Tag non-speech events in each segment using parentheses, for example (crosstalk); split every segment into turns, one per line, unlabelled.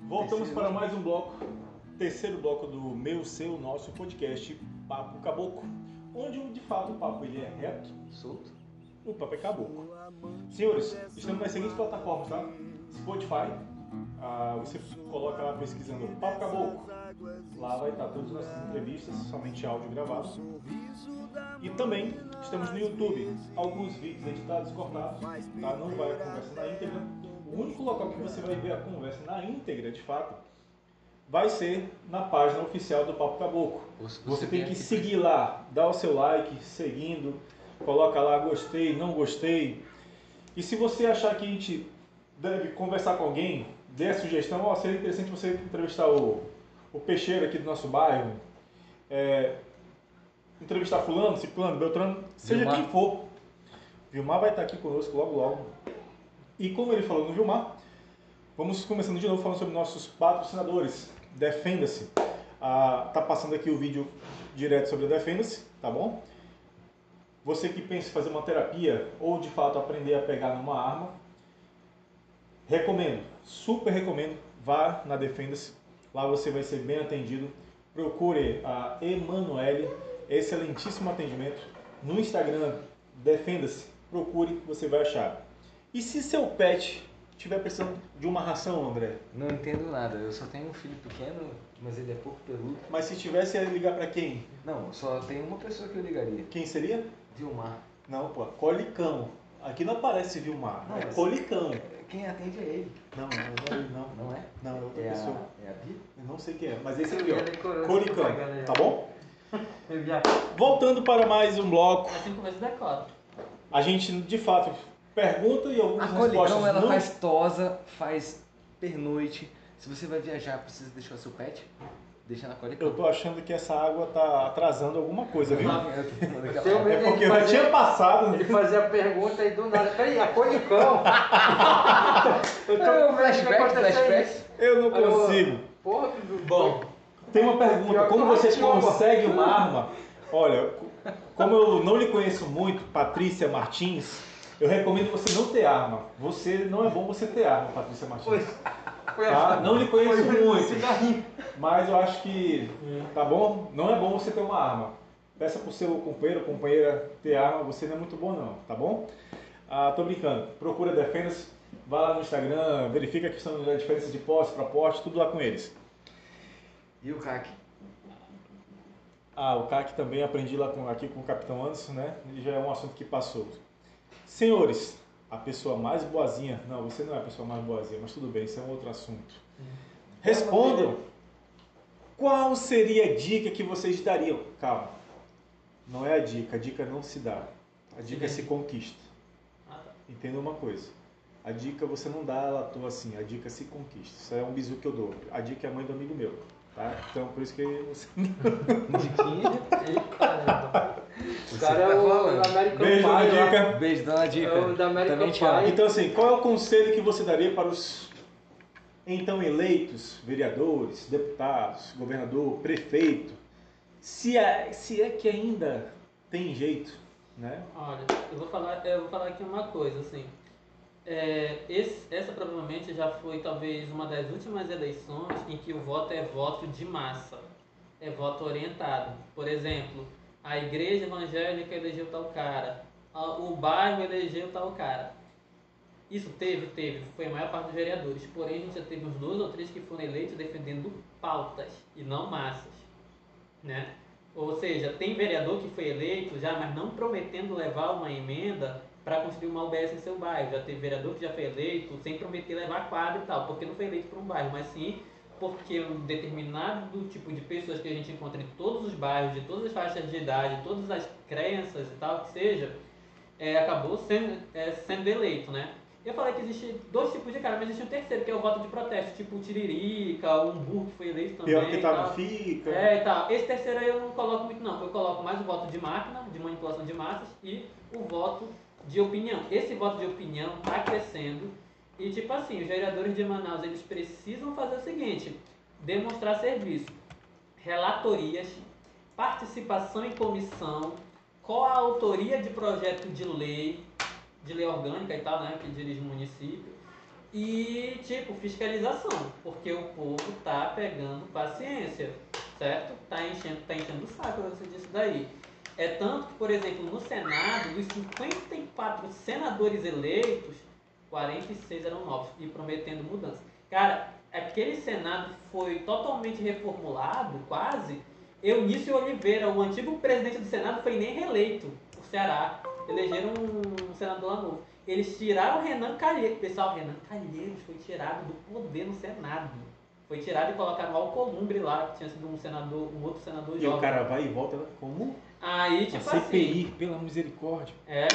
Voltamos
Terceiro.
para mais um bloco, terceiro bloco do meu, seu, nosso podcast Papo Caboclo, onde de fato o papo ele é reto,
Solto?
o papo é caboclo. Senhores, estamos nas seguintes plataformas, tá? Spotify, ah, você coloca lá pesquisando Papo Caboclo, lá vai estar todas as nossas entrevistas, somente áudio gravado. E também estamos no YouTube, alguns vídeos editados, cortados, tá? Não vai a conversa na íntegra. O único local que você vai ver a conversa na íntegra, de fato, vai ser na página oficial do Papo Caboclo.
Você,
Você tem que seguir lá, dar o seu like, seguindo, coloca lá gostei, não gostei. E se você achar que a gente deve conversar com alguém, dê a sugestão, ó, seria interessante você entrevistar o, o peixeiro aqui do nosso bairro, é, entrevistar fulano, ciclano, beltrano, seja
Vilmar.
quem for. Vilmar vai estar aqui conosco logo logo. E como ele falou no Vilmar, Vamos começando de novo falando sobre nossos patrocinadores. Defenda-se. Ah, tá passando aqui o vídeo direto sobre a Defenda-se, tá bom? Você que pensa em fazer uma terapia ou de fato aprender a pegar numa arma, recomendo, super recomendo, vá na Defenda-se. Lá você vai ser bem atendido. Procure a Emanuele, excelentíssimo atendimento. No Instagram, Defenda-se, procure, você vai achar. E se seu pet tiver precisando de uma ração, André?
Não entendo nada. Eu só tenho um filho pequeno, mas ele é pouco peludo.
Mas se tivesse, ia ligar pra quem?
Não, só tem uma pessoa que eu ligaria.
Quem seria?
Vilmar.
Não, pô, colicão. Aqui não aparece Vilmar,
Não,
é
mas-
colicão.
Quem atende é ele,
Não, não, não, não.
não é?
Não, é outra
É
pessoa.
a, é a Bia?
Eu não sei quem é, mas esse aqui, ó. Colicão,
né?
Coricão,
tá bom?
Assim
Voltando para mais um
É
bloco,
assim
começa da cota.
a gente de fato pergunta e algumas
A
respostas
Colicão, ela
não.
faz tosa, faz pernoite. Se você vai viajar, precisa deixar seu pet, deixa na Colicão.
Eu tô achando que essa água tá atrasando alguma coisa, viu?
Ah,
Não.
Eu
Seu
tô-
mesmo.
É porque eu já
Mas é-
tinha passado. né?
Ele fazia a pergunta e do nada. Peraí, é a Colicão? eu
É
tô
um
com medo de
flashback,
acontecer
flashback.
isso.
Eu não
Eu-
consigo.
Porra, que bom.
Tem uma pergunta, como você consegue uma arma? Olha, como eu não lhe conheço muito, Patrícia Martins, eu recomendo você não ter arma. Você não é bom você ter arma, Patrícia
Foi.
Martins.
Foi
Tá? Não lhe conheço
foi- um
muito,
Cigarrinho.
mas eu acho que tá bom? Não é bom você ter uma arma. Peça pro seu companheiro ou companheira ter arma, você não é muito bom não, tá bom? Ah, tô brincando. Procura Defendas, vá lá no Instagram, verifica a questão da diferença de posse para porte, tudo lá com eles.
E o CAC?
Ah, o CAC também aprendi lá com, aqui com o Capitão Anderson, né? E já é um assunto que passou. Senhores, a pessoa mais boazinha. Não, você não é a pessoa mais boazinha, mas tudo bem, isso é um outro assunto. Respondam. Qual seria a dica que vocês dariam? Calma. Não é a dica, a dica não se dá. A dica é se conquista.
Ah, tá.
Entenda uma coisa. A dica você não dá ela à toa assim, a dica se conquista. Isso é um bizu que eu dou. A dica é a mãe do amigo meu, tá? Então por isso que você
Diquinha?
Ih, caramba.
Você
O cara é
tá
o
falando.
American
Beijo,
Pie. lá.
Dica.
Beijo, dona Dica.
É o da América
Também te amo.
Pai.
Então, assim, qual é o conselho que você daria para os então eleitos vereadores, deputados, governador, prefeito, se é, se é que ainda tem jeito, né?
Olha, eu vou falar, eu vou falar aqui uma coisa, assim. É, esse- essa provavelmente já foi talvez uma das últimas eleições em que o voto é voto de massa, é voto orientado. Por exemplo, a igreja evangélica elegeu tal cara, a- o bairro elegeu tal cara. Isso teve, teve, foi a maior parte dos vereadores. Porém, a gente já teve uns dois ou três que foram eleitos defendendo pautas e não massas, né? Ou seja, tem vereador que foi eleito já, mas não prometendo levar uma emenda para construir uma UBS em seu bairro. Já teve vereador que já foi eleito sem prometer levar quadro e tal, porque não foi eleito por um bairro, mas sim porque um determinado tipo de pessoas que a gente encontra em todos os bairros, de todas as faixas de idade, todas as crenças e tal, que seja, é, acabou sendo, é, sendo eleito, né? Eu falei que existe dois tipos de cara, mas existe um terceiro, que é o voto de protesto, tipo o Tiririca, o Umbu, que foi eleito também.
Pior que
e
tá
tal.
não fica.
É, e tal. Esse terceiro aí eu não coloco muito não. Eu coloco mais o voto de máquina, de manipulação de massas e o voto de opinião. Esse voto de opinião tá crescendo e tipo assim, os vereadores de Manaus, eles precisam fazer o seguinte, demonstrar serviço, relatorias, participação em comissão, qual a autoria de projeto de lei, de lei orgânica e tal, né, que dirige o município, E, tipo, fiscalização, porque o povo tá pegando paciência, certo? Tá enchendo, tá enchendo o saco você disso daí. É tanto que, por exemplo, no Senado, dos 54 senadores eleitos, 46 eram novos e prometendo mudança. Cara, aquele Senado foi totalmente reformulado, quase. Eunício Oliveira, o antigo presidente do Senado, foi nem reeleito por Ceará. Elegeram um senador lá novo. Eles tiraram o Renan Calheiros. Pessoal, o Renan Calheiros foi tirado do poder no Senado. Foi tirado e colocaram o Alcolumbre lá, que tinha sido um senador, um outro senador
E o
jovem.
cara tá vai e volta
né?
lá. Como?
Aí,
A
tipo assim.
CPI, pela misericórdia.
É,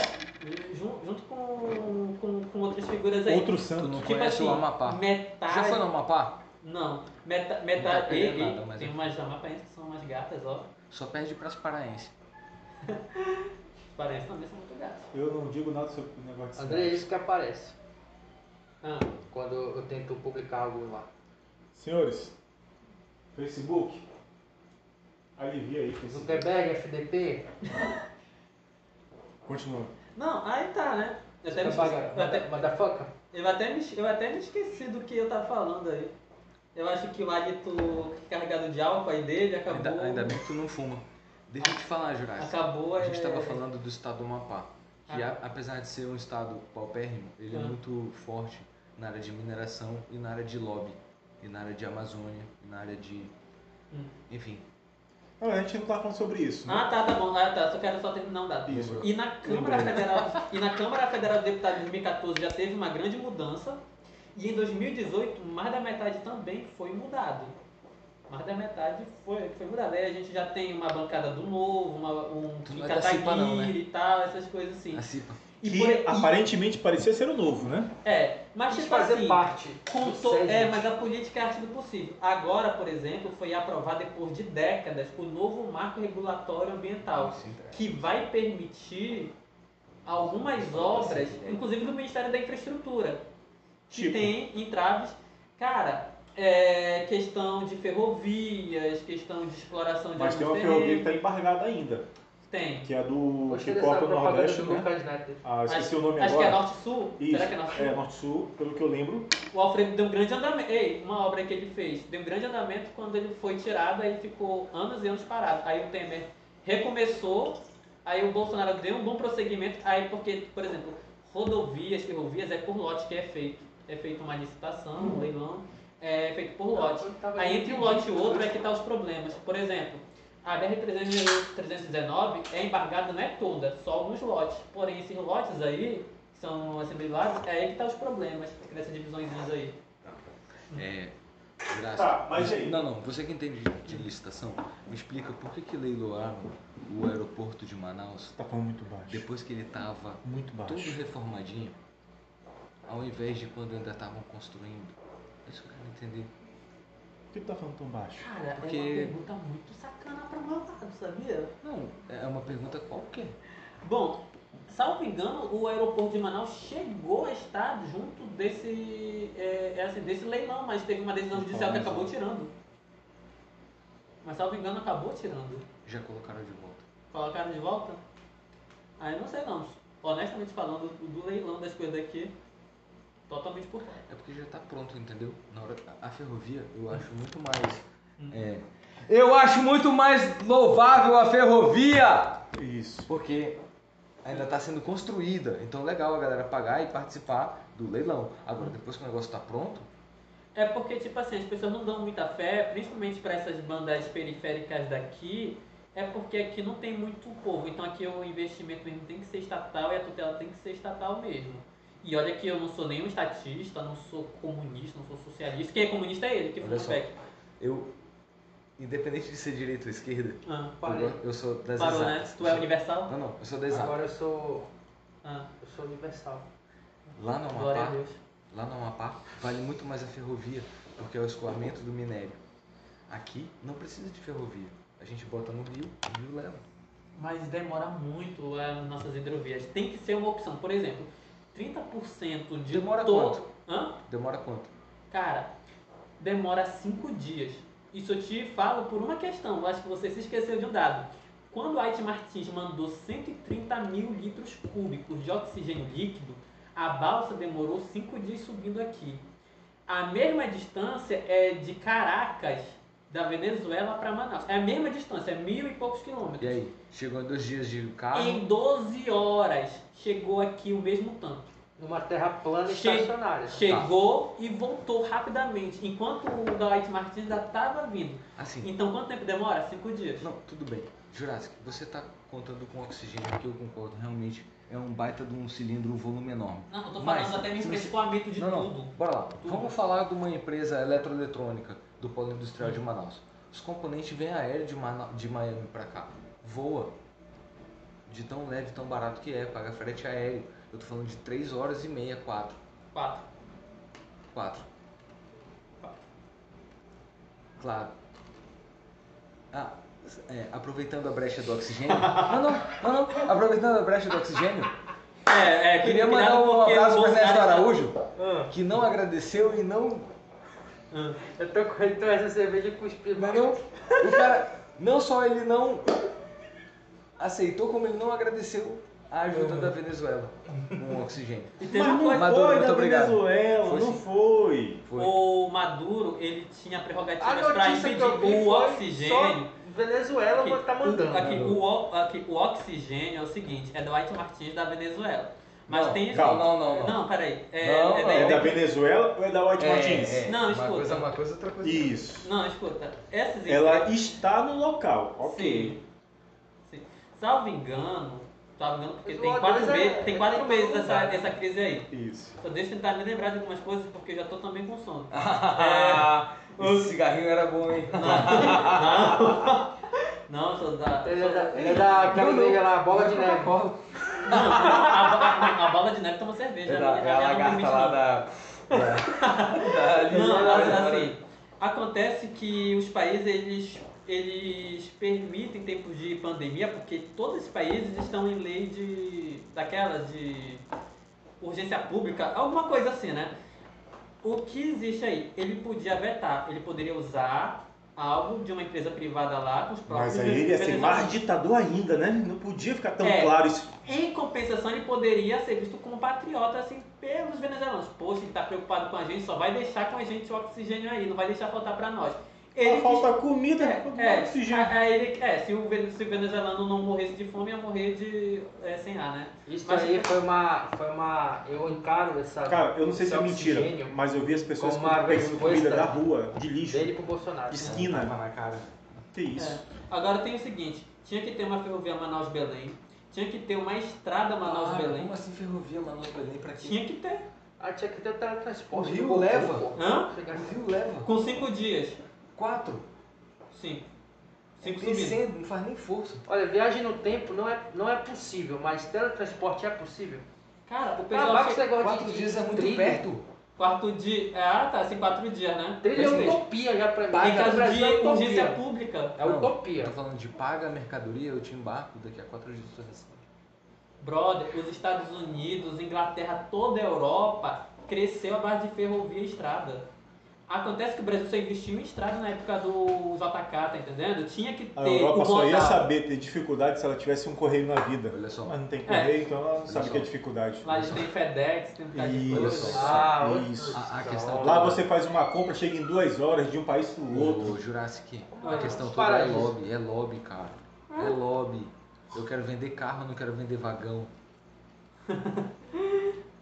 junto, junto com, com, com outras figuras aí.
Outro
Tu
santo.
não
tipo
conhece
assim,
o Amapá.
metade.
Já foi no Amapá?
Não, metade.
Não tá
metade ei,
perdendo
ei,
nada, mas
tem
é.
umas jamapaenses que são umas gatas, ó.
Só perde pras paraenses.
Parece também são muito gatas.
Eu não digo nada sobre o negócio de
André, é
senadores.
isso que aparece
Ah,
quando eu tento publicar algo lá.
Senhores, Facebook, alivia aí. Facebook.
Zuckerberg, FDP,
Continua.
não, aí tá, né? Eu
é
até, me esqueci,
Zuckerberg,
eu, até,
motherfucker.
eu, até me, eu até me esqueci do que eu tava falando aí. Eu acho que o hálito carregado de álcool aí dele acabou.
Ainda, ainda bem que tu não fuma. Deixa eu te falar, Jurassic.
Acabou
A gente
é,
estava falando do estado do Amapá, que a- apesar de ser um estado paupérrimo, ele é
Ah.
muito forte na área de mineração e na área de lobby, e na área de Amazônia, e na área de...
Hum.
Enfim,
Não, a gente não tá falando sobre isso. né?
Ah, tá, tá bom, ah, tá. Só quero só terminar um dado.
Isso.
E na Câmara Federal, e na Câmara Federal de Deputados de 2014 já teve uma grande mudança. E em 2018, mais da metade também foi mudado. Mais da metade foi, foi mudado. Aí a gente já tem uma bancada do novo, uma, um
Tu não é da CIPA não, né?
Cataguiri e tal, essas coisas assim.
a CIPA.
E
Que
por- e-
aparentemente parecia ser o novo, né?
É, mas
Quis
tipo
fazer
assim,
parte.
com
do
to- é,
né?
SESI.
mas a política é a arte do possível. Agora, por exemplo, foi aprovado depois de décadas o novo marco regulatório ambiental
tá.
que vai permitir algumas obras, inclusive do Ministério da Infraestrutura, que
Tipo?
tem entraves, cara, é, questão de ferrovias, questão de exploração de
Mas tem uma
alguns
ferrovia que
terrenos.
tá embargada ainda,
Tem.
que é a do
Gostei
que
dessa
corta o
propaganda
Nordeste,
do
né?
Lucas Neto.
Ah, esqueci o nome
Acho que é
agora.
Norte-Sul?
Isso,
Será que é Norte-Sul?
é Norte-Sul, pelo que eu lembro.
O Alfredo deu um grande andamento. Ei, uma obra que ele fez. Deu um grande andamento quando ele foi tirado, aí ficou anos e anos parado. Aí o Temer recomeçou, aí o Bolsonaro deu um bom prosseguimento. Aí porque, por exemplo, rodovias, ferrovias é por lote que é feito. É feito uma licitação, um leilão, é feito por lote. Aí entre um lote e outro é que tá os problemas. Por exemplo, a BR-319 é embargada, não é toda, só alguns lotes. Porém, esses lotes aí, que são assembleados, é aí que tá os problemas dessas divisõezinhas aí.
É, Jurassic.
Tá, mas e aí?
Não, não, você que entende de- de licitação, me explica por que que leiloaram o aeroporto de Manaus
Você tá falando muito baixo.
depois que ele tava
Muito baixo.
todo reformadinho, ao invés de quando ainda estavam construindo. Isso que eu quero entender.
Por que tu tá falando tão baixo?
Cara,
Porque-
é uma pergunta muito sacana pra meu lado, sabia?
Não, é uma pergunta qualquer.
Bom, salvo engano, o aeroporto de Manaus chegou a estar junto desse, é, é assim, desse leilão, mas teve uma decisão judicial que acabou tirando. Mas salvo engano, acabou tirando.
Já colocaram de volta.
Colocaram de volta? Aí não sei não. Honestamente falando, o do leilão das coisas aqui, totalmente por trás.
É porque já tá pronto, entendeu? Na hora a, a ferrovia, eu acho muito mais.
Hum.
é, eu acho muito mais louvável a ferrovia!
Isso.
Porque ainda tá sendo construída. Então legal a galera pagar e participar do leilão. Agora, depois que o negócio tá pronto,
É porque, tipo assim, as pessoas não dão muita fé, principalmente para essas bandas periféricas daqui, é porque aqui não tem muito povo. Então aqui o investimento mesmo tem que ser estatal e a tutela tem que ser estatal mesmo. E olha que eu não sou nenhum estatista, não sou comunista, não sou socialista. Quem é comunista é ele, que foi
Olha
o
só.
PEC.
eu. Independente de ser direita ou esquerda,
Ah,
eu,
Parei.
go- eu sou das
parou, né?
exatas.
Tu é
Eu sou-
universal?
Não, não, eu sou das
né?
exatas.
Agora eu sou.
Ah,
Eu sou universal.
Lá no
glória a
Amapá,
Deus.
Lá no Amapá vale muito mais a ferrovia, porque é o escoamento do minério. Aqui não precisa de ferrovia. A gente bota no rio, o rio leva.
Mas demora muito as nossas hidrovias. Tem que ser uma opção. Por exemplo, 30% de
Demora
todo.
quanto?
Hã?
Demora quanto?
Cara, demora cinco dias. Isso eu te falo por uma questão, eu acho que você se esqueceu de um dado. Quando a Aite Martins mandou 130 mil litros cúbicos de oxigênio líquido, a A balsa demorou cinco dias subindo aqui. A mesma distância é de Caracas, da Venezuela para Manaus. É a mesma distância, é mil e poucos quilômetros.
E aí? Chegou em dois dias de carro.
Em 12 horas chegou aqui o mesmo tanto.
Numa terra plana e
Che-
estacionária.
Tá.
Chegou e voltou rapidamente, enquanto o da White Martins ainda estava vindo.
Assim.
Então quanto tempo demora? Cinco dias.
Não, tudo bem. Jurassic, você tá contando com oxigênio, que eu concordo, realmente é um baita de um cilindro um volume enorme.
Não, eu tô falando
Mas,
até mesmo
se você-
frescoamento de
não,
tudo.
não, bora lá. Vamos falar de uma empresa eletroeletrônica do polo industrial de Manaus. Os componentes vêm aéreo de, Mana- de Miami pra cá. Voa. De tão leve, tão barato que é, paga frete aéreo. Eu tô falando de 3 horas e meia, 4.
Quatro.
4. Claro. Ah, é, aproveitando a brecha
(laughs)
do oxigênio. não, não, não, não. Aproveitando a brecha do oxigênio,
É, é,
queria
cuidado
mandar um
porque
abraço
o
pro Ernesto
Bolsonaro- tá-
Araújo,
Ah,
que não agradeceu e não
eu tô correndo atrás essa cerveja e cuspi
Não, não. O cara, não só ele não aceitou, como ele não agradeceu a ajuda da Venezuela com oxigênio.
E (laughs) teve
Mas
uma
não
coisa,
Maduro,
foi
muito
da
obrigado.
Venezuela,
Foi
não
sim.
foi.
Foi.
O Maduro, ele tinha
A
prerrogativas para
notícia que
impedir
eu vi
o
foi
oxigênio.
só Venezuela
Aqui,
tá mandando.
o- aqui, o, o- aqui, o oxigênio é o seguinte, é do White Martins da Venezuela. Mas
Não,
tem
Não, não, não. não.
Não, peraí. É,
Não,
é
não. tá
da-
É da Venezuela ou é da White
É,
Martins?
é,
Não,
uma
escuta.
coisa é uma coisa, outra coisa. é outra.
Isso.
Não, escuta. Essas
Ela está no local, ok.
Sim. Sim. Salvo engano, salvo engano, porque
Mas o
tem
O2
quatro,
é-
meses, tem
é
quatro
todo
meses
lugar,
essa,
né?
essa crise aí.
Isso.
Só deixa eu tentar me lembrar de algumas coisas porque eu já tô também com sono.
(laughs)
É.
Esse cigarrinho era bom, hein?
Não, não, só dá.
Ele
só
é
dá-
da, ele é da aquela igreja lá, bola de neve.
Não, a, a- a bola de neve toma cerveja.
É
a
da,
minha-
é a
a minha não
lagarta
permite,
lá
não.
da... (laughs) da- da-
Não,
da-
mas
da-
assim, acontece que os países eles, eles permitem tempos de pandemia porque todos esses países estão em lei de daquela de urgência pública, alguma coisa assim, né? O que existe aí? Ele podia vetar, ele poderia usar algo de uma empresa privada lá com os próprios
Mas aí ele ia ser
venezuelanos.
mais ditador ainda, né? Não podia ficar tão
É.
claro isso.
Em compensação, ele poderia ser visto como patriota, assim, pelos venezuelanos. Poxa, ele tá preocupado com a gente, só vai deixar com a gente o oxigênio aí, não vai deixar faltar pra nós. Ele
Só falta comida,
É,
é,
é,
oxigênio.
a- a- ele- é, se, o, vene- se o venezuelano não morresse de fome, ia morrer de, é, sem ar, né?
Isso
Mas-
aí foi uma, foi uma. Eu encaro essa.
Cara, eu não sei se é
esse
mentira,
oxigênio
mas eu vi as pessoas
como uma
pegando comida
resposta
da rua, de lixo,
Dele pro Bolsonaro. né?
de esquina.
Tava na cara.
Que isso?
É. Agora tem o seguinte, tinha que ter uma ferrovia Manaus-Belém, tinha que ter uma estrada
Ah,
Manaus-Belém,
como assim ferrovia Manaus-Belém pra quê?
tinha que ter.
Ah, tinha que ter o teletransporte.
O Rio
Goku,
leva.
pô.
Hã?
Chegar-
O rio leva.
Com cinco dias,
Quatro.
cinco.
É
Cinco subindo.
descendo, não faz nem força.
Olha, viagem no tempo não é, não é possível, mas teletransporte é possível.
Cara, o pessoal...
Acabar com
chega-
esse negócio de-
Quatro
de
dias é muito
trilha.
perto.
Quarto dia. Ah, tá, assim, quatro dias, né?
Trilha é
Perfeito.
utopia já pra mim.
Em
No
caso de
Brasil é utopia.
urgência pública,
É
Não,
utopia.
Tá falando de paga a mercadoria, eu te embarco, daqui a quatro dias tu recebe.
brother, os Estados Unidos, Inglaterra, toda a Europa cresceu a base de ferrovia e estrada. Acontece que o Brasil só investiu em estrada na época do JK, tá entendendo? Tinha que ter
A Europa
o
só ia
modal.
saber ter dificuldade se ela tivesse um correio na vida.
Olha só.
Mas não tem
É.
correio, então ela não sabe
só.
o que é dificuldade.
Lá a gente tem FedEx, tem um bocado de
Olha
coisa.
só.
Isso.
Ah,
isso.
A- a questão-
Lá você faz uma compra, chega em duas horas de um país pro
O
outro.
Jurassic, a
Ah,
questão
os
toda é
paraísos.
lobby, é lobby, cara. É lobby. Eu quero vender carro, eu não quero vender vagão.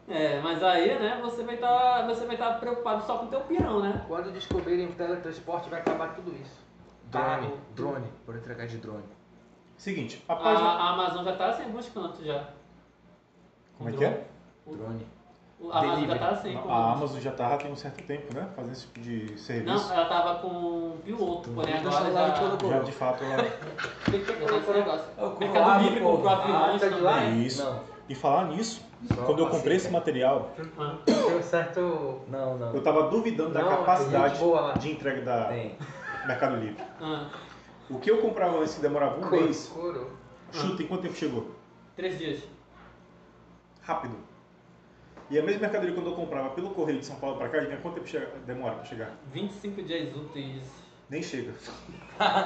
É, mas aí, né, você vai estar você vai estar preocupado só com o teu pirão, né?
Quando descobrirem o teletransporte, vai acabar tudo isso.
Drone,
Carro.
drone, bora entregar de drone.
Seguinte,
A,
a página.
a Amazon já tá assim em alguns cantos já.
Como é que é?
Drone.
O- A Amazon já
Delivery.
tá assim. com-
A Amazon já tá há tem um certo tempo, né? Fazendo esse tipo de
Não, é
serviço.
ela tava com um piloto, porém
Então,
agora
celular
já...
de Corocoro.
Já de fato ela.
O que que
já tá esse
aconteceu?
negócio.
É o
Mercado Livre
pô.
comprou a
Ah,
Finlândia
tá de lá?
também.
é Isso.
Não,
E falar nisso,
só
quando eu
passei,
comprei esse
cara.
material,
Ah,
Tem um certo.
Não,
eu
não.
tava duvidando da
Não,
capacidade
gente boa lá.
de entrega da
Tem.
Mercado Livre.
ah,
O que eu comprava antes que demorava um
couro.
mês,
couro.
chuta em quanto tempo chegou?
três dias.
Rápido. E a mesma mercadoria quando eu comprava pelo correio de São Paulo pra cá, adivinha quanto tempo chega- demora pra chegar?
25 dias úteis.
Nem chega. (laughs)
Ah.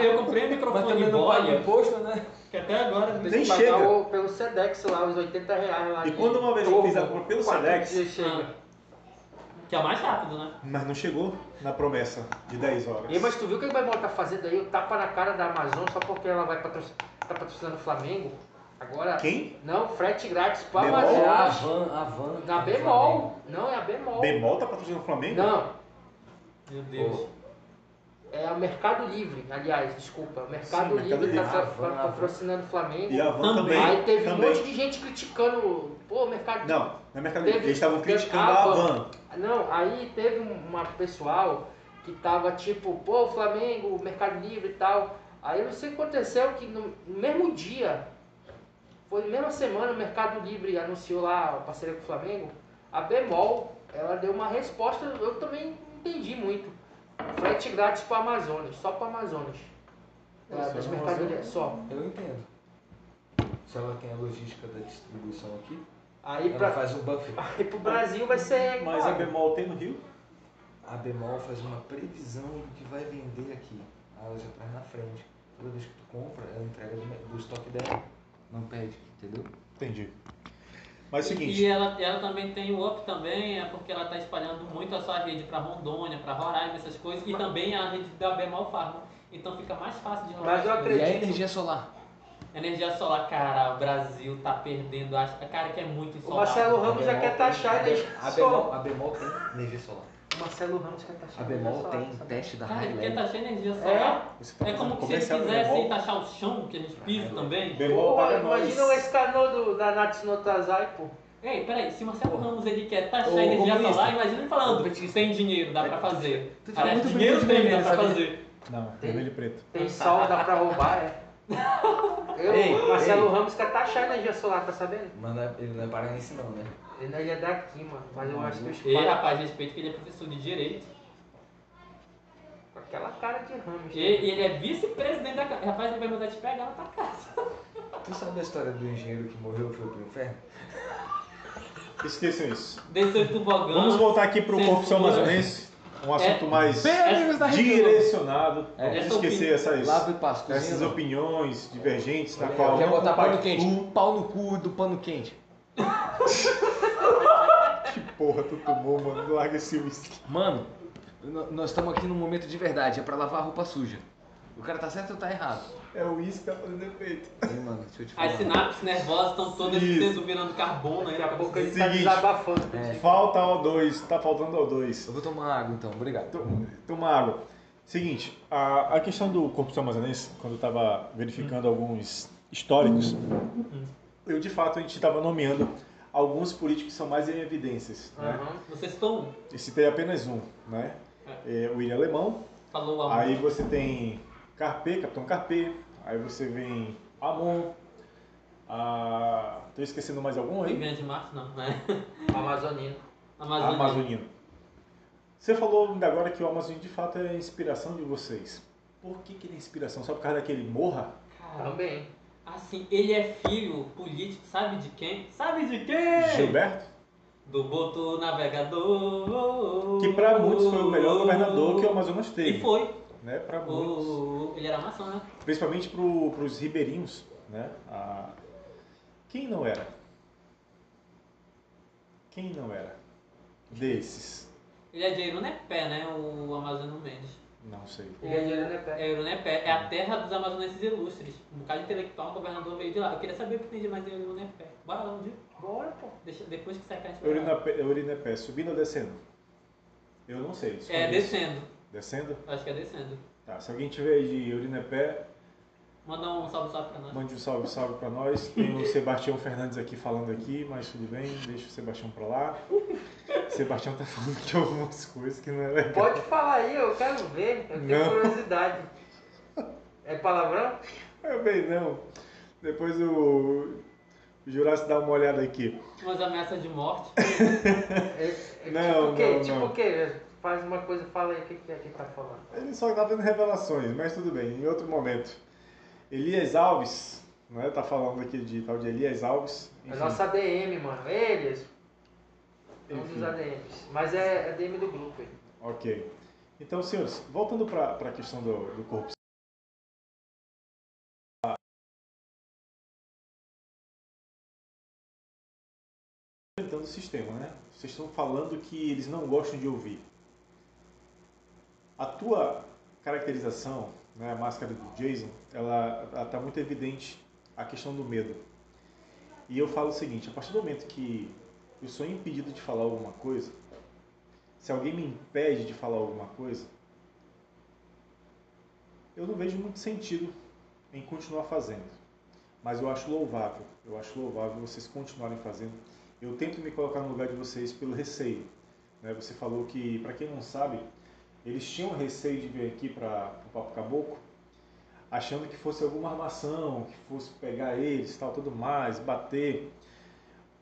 Eu- Eu comprei um
Mas
microfone
também não paga
Boya,
imposto, né?
que até agora
Tem
Nem
que pagar
chega.
É o- pelo Sedex lá, os 80 reais lá.
E
de
quando uma vez eu
torno,
fiz a compra pelo
quatro
Sedex-
dias chega.
que é mais rápido, né?
Mas não chegou na promessa de 10 horas.
E, mas tu viu o que o Gabriel tá fazendo aí? O tapa na cara da Amazon só porque ela vai patrocinar, tá patrocinando o Flamengo? Agora.
Quem?
Não, frete grátis pra
Bemol?
É a
Amazon.
van, a van. é
Na bemol. Não, é a bemol.
Bemol tá patrocinando o Flamengo?
Não,
Meu Deus.
Pô.
é o Mercado Livre, aliás, desculpa. O Mercado
Sim, Mercado Ah,
Livre tá
Livre.
sa-
Avan,
tá patrocinando o Flamengo.
E a Van também.
Aí teve
também.
um monte de gente criticando. Pô, Mercado Livre.
Não, na Mercado Livre.
Teve-
Eles estavam
teve-
criticando
ah,
a
Van.
Van.
Não, aí teve um- uma pessoal que tava tipo, pô, Flamengo, Mercado Livre e tal. Aí eu não sei o que aconteceu que no no mesmo dia, foi na mesma semana, o Mercado Livre anunciou lá a parceria com o Flamengo, a Bemol, ela deu uma resposta, eu também não entendi muito. Frete grátis para Amazonas, só para Amazonas.
É,
É,
só
das
no
mercadorias,
Amazonas?
só.
Eu entendo. Se ela tem a logística da distribuição aqui,
Aí
ela
para
faz um buffer.
(laughs) aí pro Brasil vai ser.
Mas a
pago.
Bemol tem no Rio?
A Bemol faz uma previsão do que vai vender aqui. Aí Ela já faz na frente. Toda vez que tu compra, ela entrega do, do estoque dela. Não pede, entendeu?
Entendi. Mas é o seguinte,
E ela, ela também tem o up também, é porque ela tá espalhando muito a sua rede pra Rondônia, pra Roraima, essas coisas, e também a rede da Bemol Farma. Então fica mais fácil de rolar.
Mas eu
as coisas.
E a
acredito.
energia solar?
Energia solar, cara, o Brasil tá perdendo. A cara que é muito
O
insolar.
Marcelo Ramos já
Bemol
quer
tem-
taxar a energia
a
solar.
Bemol, a Bemol tem energia solar.
Marcelo Ramos é quer
A
taxar
Bemol
solar,
tem
sabe?
teste da
Cara,
Rádio
ele quer
Web.
taxar energia solar.
Você tá
É,
fazendo
como se eles
comercial né? do
quisessem
Bemol.
taxar o chão, que a gente pisa também.
Bemol
Porra,
paga nós.
imagina o escanor do, da Nath Notazai, pô.
Ei, peraí, se o Marcelo Ramos ele quer taxar
Ô,
energia
comunista.
solar, imagina ele
Ô,
falando,
petista.
tem dinheiro, dá pra
É,
fazer.
Tu tá
Aliás,
muito
dinheiro
bonito de
tem, dá
menino,
pra
sabe?
fazer.
Não, vermelho e preto.
Tem sol, dá pra roubar,
(laughs)
é. Eu,
Ei,
Marcelo
ei.
Ramos quer taxar a energia solar, tá sabendo?
Mas não é- ele não é paraense não, né?
Ele não é daqui, mano. Mas eu
Uhum.
acho que os
Ei,
caras
rapaz, respeito que ele é professor de direito.
com aquela cara de Ramos.
E, e ele é vice-presidente da casa. Rapaz, ele vai mandar te pegar na tua casa.
Tu sabe a história do engenheiro que morreu e foi pro inferno?
Esqueçam isso.
Desceu de tobogã.
Vamos voltar aqui pro
Censura.
Corrupção Amazonense. Um assunto mais
amigos da Rede
direcionado. Vamos
Essa
esquecer essas,
Lava e passa, cozinha
essas
não.
opiniões divergentes na
Olha,
qual é
Quer
não
botar pano
compactuo.
quente? Pau no cu do pano quente.
Que porra tu tomou, mano? Larga esse whisky.
Mano, n- nós estamos aqui num momento de verdade, é pra lavar a roupa suja. O cara tá certo ou tá errado?
É o whisky que tá fazendo efeito.
Aí, mano, deixa eu te falar.
As sinapses nervosas estão todas
Isso.
sendo virando carbono aí
Daqui
na
a pouco ele
cabeça.
tá
Seguinte.
desabafando.
É.
Falta O2, tá faltando
Eu
O2.
vou tomar água então, obrigado.
To- Toma água. Seguinte, a, a questão do corrupção amazonense, quando eu tava verificando alguns históricos, eu de fato a gente estava nomeando alguns políticos que são mais em evidências. Né?
Aham.
Vocês estão.
E citei apenas um, né? É, o William Alemão,
Falou amor.
aí você tem Carpe, Capitão Carpe, aí você vem Amon, a... tô esquecendo mais algum aí?
Vem de março, não, né? (laughs)
Amazonino.
Amazônia.
Amazonino. Você falou ainda agora que o Amazonino de fato é a inspiração de vocês. Por que, que ele é inspiração? Só por causa daquele morra?
Cara,
Também.
assim, ele é filho político, sabe de quem? Sabe de quem?
Gilberto?
Do Boto Navegador.
Que pra muitos foi o melhor governador que o Amazonas
E
teve.
foi.
Né? Pra muitos.
O... Ele era maçã, né?
Principalmente pro, pros ribeirinhos, né? A- Quem não era? Quem não era? Desses.
Ele é de Irunepé, né? O Amazônio Mendes.
Não sei.
Ele é de Aranepé.
É Irunepé, é a terra dos amazonenses ilustres. Um bocado intelectual, o governador veio de lá. Eu queria saber o que tem de mais em Irunepé. Bora lá um dia.
Bora, pô.
Deixa- depois que sair a gente vai lá.
Urinapé, Urinapé, subindo ou descendo? Eu não sei.
É
desconheço.
descendo.
Descendo?
Acho que é descendo.
Tá, se alguém tiver aí de Urinapé,
Manda um salve salve pra nós.
mande um salve, salve pra nós. Tem o Sebastião Fernandes aqui falando aqui, mas tudo bem, deixa o Sebastião pra lá. Sebastião tá falando aqui algumas coisas que não é legal.
Pode falar aí, eu quero ver. Eu tenho
Não.
curiosidade. É palavrão?
(laughs) É bem, não. Depois o o Jurássico dá uma olhada aqui.
Umas ameaças de morte.
É- é
Não,
tipo o quê?
não,
tipo
não.
o quê? Faz uma coisa, fala aí o que, que é que tá falando.
Ele só tá dando revelações, mas tudo bem, em outro momento. Elias Alves, né? Tá falando aqui de tal de Elias Alves.
É
Enfim,
nossa ADM, mano. Eles. É um dos
enfim,
ADMs. Mas é é ADM do grupo aí.
ok. Então, senhores, voltando para a questão do, do corpo. A- Enfrentando o sistema, né? Vocês estão falando que eles não gostam de ouvir. A tua caracterização, né, a máscara do Jason, ela está muito evidente a questão do medo. E eu falo o seguinte: a partir do momento que eu sou impedido de falar alguma coisa, se alguém me impede de falar alguma coisa, eu não vejo muito sentido em continuar fazendo. Mas eu acho louvável, eu acho louvável vocês continuarem fazendo. Eu tento me colocar no lugar de vocês pelo receio. né? Você falou que, para quem não sabe, eles tinham receio de vir aqui para o Papo Caboclo, achando que fosse alguma armação, que fosse pegar eles, tal, tudo mais, bater.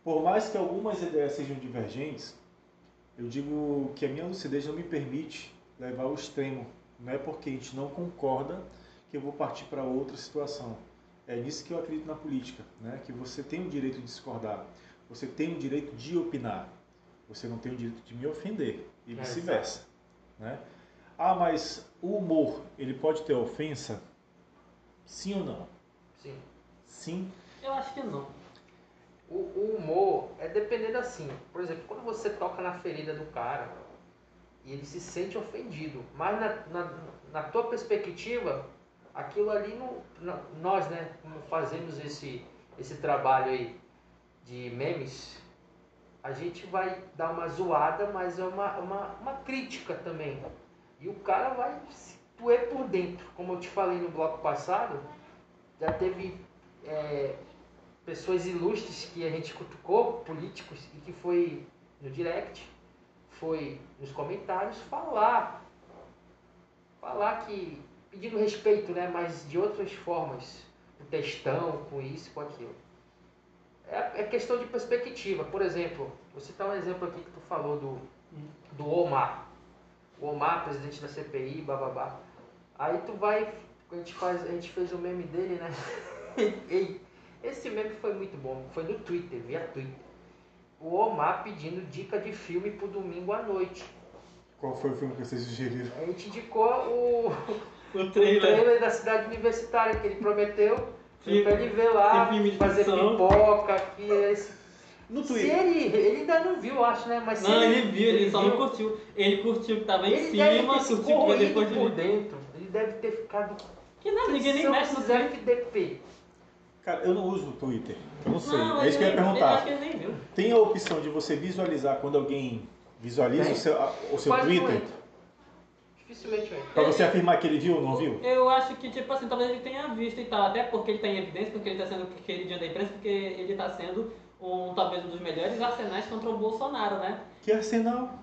Por mais que algumas ideias sejam divergentes, eu digo que a minha lucidez não me permite levar ao extremo. Não é porque a gente não concorda que eu vou partir para outra situação. É nisso que eu acredito na política, né? que você tem o direito de discordar, você tem o direito de opinar, você não tem o direito de me ofender e
É,
vice-versa. né? Ah, mas o humor, ele pode ter ofensa? Sim ou não?
Sim.
Sim.
Eu acho que não.
O, o humor é dependendo assim. Por exemplo, quando você toca na ferida do cara e ele se sente ofendido, mas na, na, na tua perspectiva, aquilo ali não. na- Nós, né, como fazemos esse, esse trabalho aí de memes, a gente vai dar uma zoada, mas é uma, uma, uma crítica também. E o cara vai se doer por dentro. Como eu te falei no bloco passado, já teve. é, pessoas ilustres que a gente cutucou, políticos, e que foi no direct, foi nos comentários falar. Falar que. pedindo respeito, né? Mas de outras formas. Com textão, com isso, com aquilo. É, é questão de perspectiva. Por exemplo, vou citar um exemplo aqui que tu falou do, do Omar. O Omar, presidente da CPI, bababá. Aí tu vai. A gente, faz, a gente fez o meme dele, né? (laughs) Ei, esse meme foi muito bom, foi no Twitter, via Twitter. O Omar pedindo dica de filme pro domingo à noite.
Qual foi o filme que vocês sugeriram?
A gente indicou o,
O
o
(laughs) trailer.
trailer da cidade universitária que ele prometeu
Sim.
pra ele ver lá,
Tem filme de
fazer
ficção.
pipoca, que é esse.
No
Se
Twitter.
ele, ele ainda não viu, eu acho, né? Mas se
Não, ele viu, ele só não
viu,
curtiu. Ele curtiu que tava em
Ele deve
cima,
ter se
curtiu que veio
corroído
depois de
por
mim.
dentro. Ele deve ter ficado.
Que nada, ninguém nem
são
mexe no
esses
trailer.
FDP.
Cara, eu não uso o Twitter. Eu não sei.
Não,
é isso que eu ia
ele-
perguntar.
Eu acho que ele nem viu.
Tem a opção de você visualizar quando alguém visualiza
Tem.
o seu, a- o seu
Quase não
Twitter,
entra.
(laughs)
Dificilmente eu entro.
pra você afirmar que ele viu ou não viu?
Eu acho que, tipo assim, talvez ele tenha visto e tal, até porque ele tá em evidência, porque ele tá sendo queridinho da imprensa, porque ele tá sendo um, talvez um dos melhores arsenais contra o Bolsonaro, né?
Que arsenal?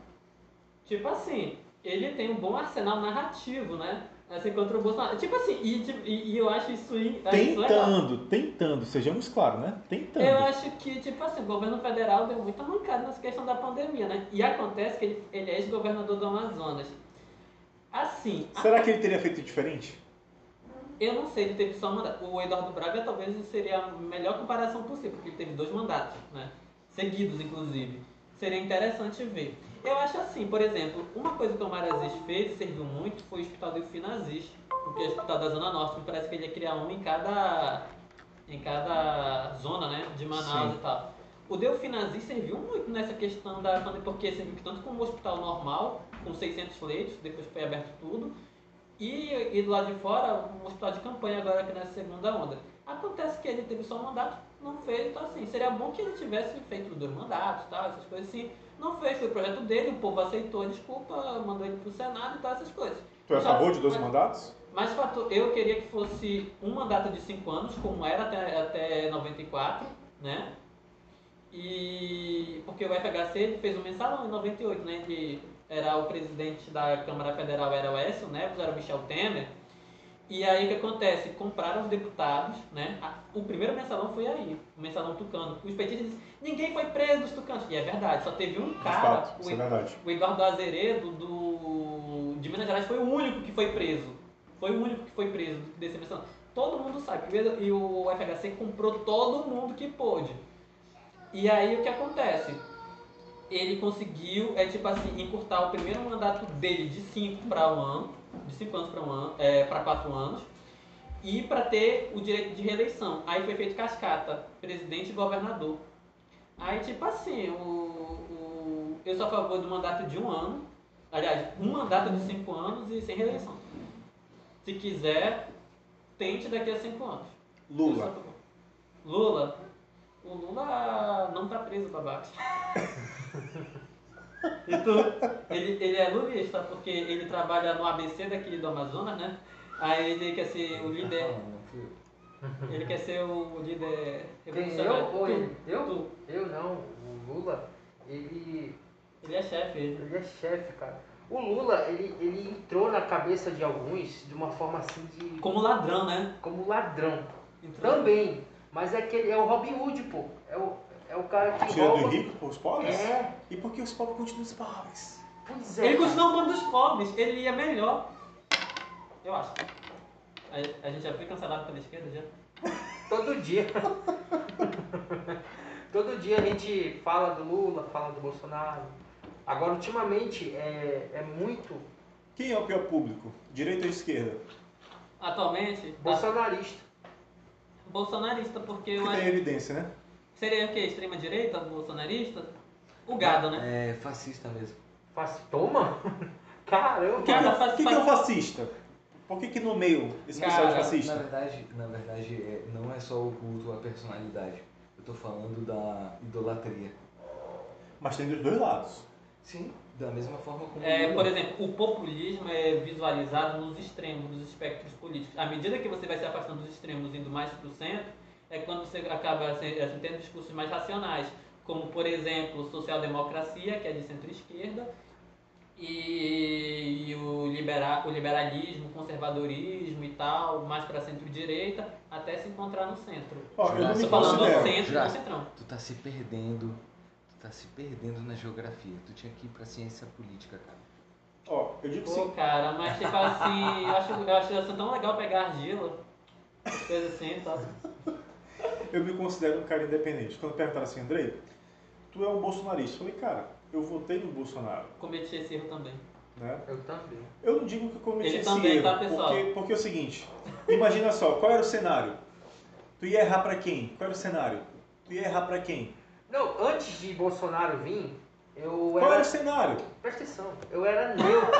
Tipo assim, ele tem um bom arsenal narrativo, né? Assim, contra o Bolsonaro. Tipo assim, e, tipo, e- e eu acho isso, in- acho isso legal.
Tentando, tentando, sejamos claros, né?
Eu
Tentando.
acho que, tipo assim, o governo federal deu muita mancada nessa questão da pandemia, né? E acontece que ele, ele é ex-governador do Amazonas. Assim, a-
Será que ele teria feito diferente?
eu não sei, ele teve só um mandato. O Eduardo Braga talvez seria a melhor comparação possível, porque ele teve dois mandatos, né? Seguidos, inclusive. Seria interessante ver. Eu acho assim, por exemplo, uma coisa que o Omar Aziz fez e serviu muito foi o Hospital Delfim Aziz, porque é o Hospital da Zona Norte, me parece que ele ia criar um em cada, em cada zona, né? De Manaus
Sim.
e tal. O Delfim Aziz serviu muito nessa questão da pandemia, porque serviu tanto como um hospital normal, com 600 leitos, depois foi aberto tudo, e, e do lado de fora, um hospital de campanha agora aqui nessa segunda onda. Acontece que ele teve só um mandato, não fez, então assim, seria bom que ele tivesse feito dois mandatos, tal, essas coisas assim. Não fez, foi o projeto dele, o povo aceitou, desculpa, mandou ele pro Senado e tal, essas coisas.
Tu é a
Já-
favor de 12
mas-
mandatos?
Mas fato, eu queria que fosse um mandato de 5 anos, como era até, até 94, né? E porque o FHC ele fez um mensalão em 98, né? Que era o presidente da Câmara Federal, era o Écio Neves, era o Michel Temer. E aí o que acontece? Compraram os deputados, né? A- O primeiro mensalão foi aí, o mensalão tucano. Os petistas dizem, ninguém foi preso dos tucanos. E é verdade, só teve um
De
cara,
fato,
o
isso é verdade.
o Eduardo Azeredo do, de Minas Gerais foi o único que foi preso. Foi o único que foi preso desse mensalão. Todo mundo sabe. que o Edu- E o FHC comprou todo mundo que pôde. E aí o que acontece? ele conseguiu, é tipo assim, encurtar o primeiro mandato dele de 5 para um ano, de 5 anos para um ano, é, para 4 anos, e para ter o direito de reeleição. Aí foi feito cascata, presidente e governador. Aí tipo assim, o, o- eu sou a favor do mandato de um ano, aliás, um mandato de 5 anos e sem reeleição. Se quiser, tente daqui a 5 anos. Eu sou a
Lula.
favor. Lula? O Lula não tá preso, babaca. e tu? Ele, ele é lulista porque ele trabalha no ABC daqui do Amazonas, né? Aí ele quer ser o líder. Ele quer ser o líder
Quem eu
revolucionário.
ou
né? Tu,
ele? Eu?
tu.
Eu não. O Lula, ele,
Ele é chefe, ele.
ele é chefe, cara. O Lula, ele, ele entrou na cabeça de alguns de uma forma assim de.
Como ladrão, né?
como ladrão.
Entrando.
Também. Mas é que ele é o Robin Hood, pô. É o, é o cara que
Tira do
rouba.
rico para os pobres?
É,
E por que os pobres continuam os pobres?
pois é.
Ele
cara.
continua um bando dos pobres, ele ia melhor. Eu acho. A, a gente já foi cancelado pela esquerda já.
Todo dia. (laughs) Todo dia a gente fala do Lula, fala do Bolsonaro. Agora, ultimamente, é, é muito
Quem é o pior público? Direita ou esquerda?
Atualmente, tá
bolsonarista.
bolsonarista, porque
Que
eu acho
tem evidência, né?
Seria o quê? Extrema-direita? Bolsonarista? O gado, né?
É fascista mesmo.
Faz... Toma! (laughs) Caramba!
O que, que,
Cara,
é-
faz-
que que é
faz-
o fascista? Por que, que nomeio esse pessoal
Cara,
de
né?
Na
fascista?
verdade, na verdade é- não é só o culto à personalidade. Eu tô falando da idolatria.
Mas tem dos dois lados.
Sim, da mesma forma como.
É,
o
por
Lula.
exemplo, o populismo é visualizado nos extremos, nos espectros políticos. À medida que você vai se afastando dos extremos, indo mais para o centro, é quando você acaba se- assim, tendo discursos mais racionais, como, por exemplo, social-democracia, que é de centro-esquerda, e, e o, libera, o liberalismo, conservadorismo e tal, mais para centro-direita, até se encontrar no centro.
Ó, eu não
Jurassic
me
Estou falando assim.
Park.
do
considero.
centro e do
Jurassic.
centrão.
Tu tá se perdendo. Tu tá se perdendo na geografia. Tu tinha que ir pra ciência política, cara.
Ó, eu digo
Pô,
sim.
cara, mas tipo assim, eu acho, eu acho isso tão legal pegar argila, as coisas assim, tá?
Eu me considero um cara independente. Quando perguntaram assim, Andrei, tu é um bolsonarista. Eu falei, cara, eu votei no Bolsonaro,
Cometi esse erro também.
né?
Eu também.
Eu não digo que eu cometi
Ele
esse
também,
erro,
tá, pessoal?
porque, porque é o seguinte, imagina só, qual era o cenário? Tu ia errar pra quem? Qual era o cenário? Tu ia errar pra quem?
Não, antes de Bolsonaro vir, eu
Qual era
era.
o cenário?
Presta atenção, eu era neutro.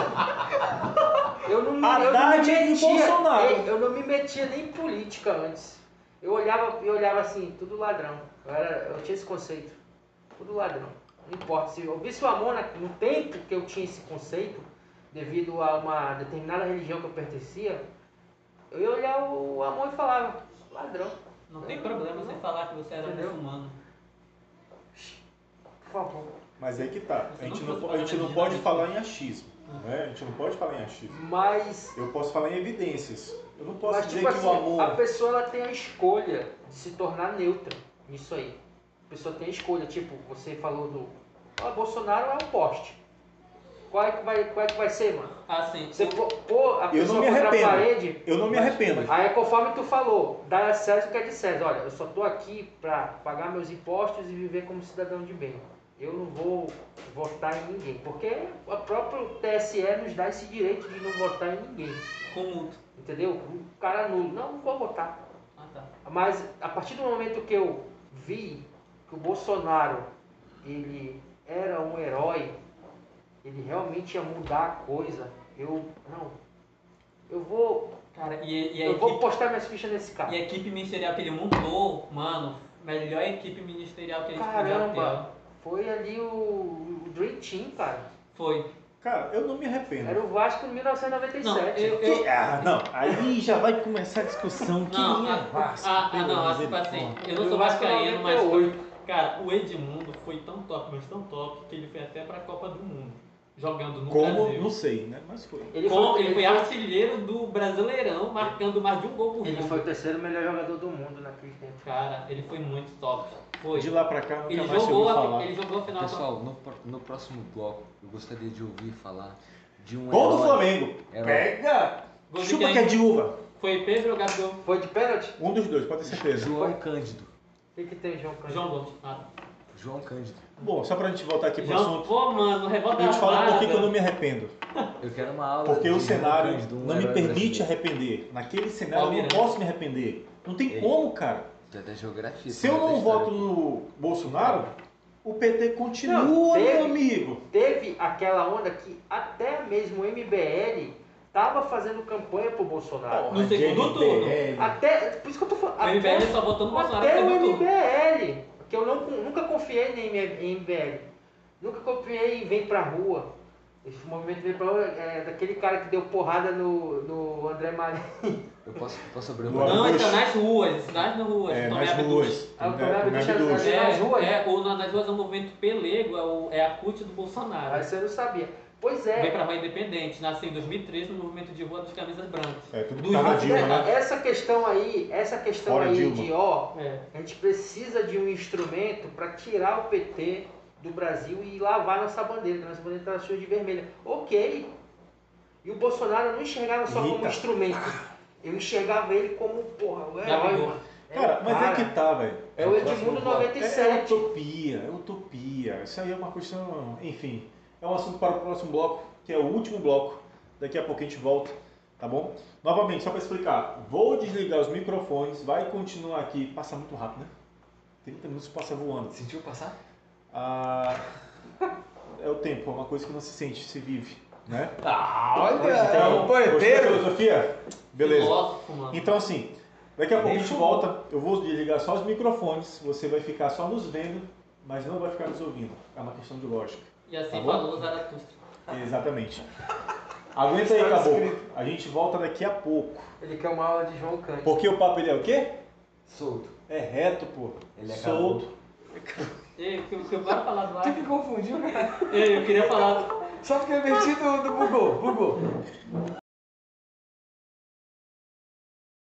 eu não me, eu não
Haddad
me
e
metia.
Bolsonaro.
Eu, eu não me metia nem em política antes. Eu olhava, eu olhava assim, tudo ladrão. Eu, era, eu tinha esse conceito. Tudo ladrão. Não importa. Se eu visse o amor na- no tempo que eu tinha esse conceito, devido a uma determinada religião que eu pertencia, eu ia olhar o amor e falava, ladrão.
Não tem problema você falar que você era
Entendeu?
muçulmano.
Por favor.
Mas aí que tá, a
Você
gente
não
não,
fosse
po- a gente
falar
não
de
pode
nada.
falar em achismo, né? A gente não pode falar em achismo.
Mas
Eu posso falar em evidências. Eu não posso
Mas,
dizer
tipo
que
assim,
o amor...
a pessoa ela tem a escolha de se tornar neutra nisso aí. A pessoa tem a escolha, tipo, você falou do. Ah, Bolsonaro é um poste. Qual é que vai, qual é que vai ser, mano?
Assim,
Você pô- pôr a
Eu não
pessoa
me
contra a
arrependo.
parede.
Eu não me
Mas-
arrependo.
Aí é conforme tu falou, dá a César o que é de César. Olha, eu só tô aqui pra pagar meus impostos e viver como cidadão de bem. Eu não vou votar em ninguém. Porque o próprio TSE nos dá esse direito de não votar em ninguém.
com mútuo.
Entendeu? O cara nulo. Não, não vou votar.
Ah, tá.
Mas a partir do momento que eu vi que o Bolsonaro ele era um herói, ele realmente ia mudar a coisa, eu não. Eu vou,
Cara, e, e a
eu vou
equipe,
postar minhas fichas nesse cara.
e a equipe ministerial que ele montou, mano, melhor equipe ministerial que ele podia
Caramba, foi ali o, o Dream Team, cara.
ter. Foi.
Cara, eu não me arrependo.
Era o Vasco em
Não,
1997.
eu, eu,
Que- Ah, não.
Aí já vai começar a discussão. Quem
Não,
é
a-
Vasco?
Ah, ah,
Pelo
não, assim, tipo assim,
misericórdia.
eu não
Eu
sou
acho que
vascaíno, mas
98.
cara, o Edmundo foi tão top, mas tão top, que ele foi até pra Copa do Mundo, jogando no
Como,
Brasil.
não sei, né? Mas foi.
Ele,
Com-
foi,
ele foi
ele
artilheiro do Brasileirão, marcando mais de um gol por
foi- ele
jogo.
foi o terceiro melhor jogador do mundo naquele tempo.
Cara, ele foi muito top. Foi.
De lá pra cá nunca
Ele
é mais se
jogou,
ouviu
a,
falar.
ele jogou a final da-
Pessoal, no, pro- no próximo bloco eu gostaria de ouvir falar de um.
Gol do
herói-
Flamengo.
herói.
Pega!
Gol de
Chupa
quem?
que é de uva.
Foi Pedro ou Gabriel?
Foi de pênalti?
Um dos dois, pode ter certeza.
João Cândido.
O que, que tem, João Cândido?
João Gomes. Ah,
João Cândido.
Bom, só pra gente voltar aqui pro
João,
assunto.
pô, mano, revolta
Eu te falar um
Bárbara.
pouquinho que eu não me arrependo.
Eu quero uma aula.
Porque o
de João
cenário
Cândido, um
não me
herói
permite
brasileiro.
arrepender. Naquele cenário eu não
Palmeiras.
posso me arrepender. Não tem
Ei.
como, cara.
Tem até geografia.
Se
tem
eu
até
não
história.
voto no Bolsonaro, o PT continua,
Não, teve-
meu amigo.
Teve aquela onda que até mesmo o MBL tava fazendo campanha pro
Tá,
Bolsonaro.
No segundo turno. Ah,
Até, por isso que eu tô falando.
O
até-
MBL só votou no Bolsonaro
Até
no
o
segundo turno.
MBL, que eu não, nunca confiei em em MBL. Nunca confiei em Vem Pra Rua. Esse movimento Vem Pra Rua é daquele cara que deu porrada no, no André Marinho.
Eu posso, posso abrir
Não,
uma
Não,
Bush.
então nas ruas, nas ruas.
É,
Tomé
nas
Abduch.
ruas.
Ah, o
Tomé-
Tomé
Tomé
Abduch era-
Abduch.
era-
É,
Nas ruas.
é, o na- nas ruas é um movimento pelego, é, o, é a CUT do Bolsonaro.
Aí você não sabia. Pois
Ah. Vem
é,
pra rua independente, nasceu em 2013 no movimento de rua dos camisas brancas.
É, tudo
Dos
tá na
outros-
Dilma, né?
essa questão aí, essa questão
Fora
aí
Dilma.
de ó,
É.
a gente precisa de um instrumento para tirar o PT do Brasil e lavar nossa bandeira, que nossa bandeira está suja de vermelha. Ok. E o Bolsonaro eu não enxergava só como
Rita.
instrumento. Eu enxergava ele como, porra, o herói,
Gabigol.
mano. É
Cara,
o
mas
cara.
é que tá, velho.
É o Edmundo
É
97.
utopia, é utopia. Isso aí é uma questão, enfim, é um assunto para o próximo bloco, que é o último bloco. Daqui a pouco a gente volta, tá bom? Novamente, só para explicar, vou desligar os microfones, vai continuar aqui. Passa muito rápido, né? 30 minutos passa voando.
Sentiu passar?
Ah, (laughs) é o tempo, é uma coisa que não se sente, se vive, né?
Ah,
Então, gostou da filosofia? Beleza.
É, Filósofo, mano.
Então assim, daqui a pouco a gente
Deixa eu-
volta, eu vou desligar só os microfones, você vai ficar só nos vendo, mas não vai ficar nos ouvindo. É uma questão de lógica.
E assim
Tá bom?
falou Zaratustra.
(laughs)
Exatamente. Aguenta aí,
Está
Caboclo. A gente volta daqui a pouco.
Ele quer uma aula de João Cândido.
Porque o papo ele é o quê?
Solto.
É reto, pô.
Ele é
Solto.
Ei, o que o que eu quero falar do ar?
né?
confundiu, cara.
Ei, eu queria falar.
Só porque eu inverti do, do bugou, bugou.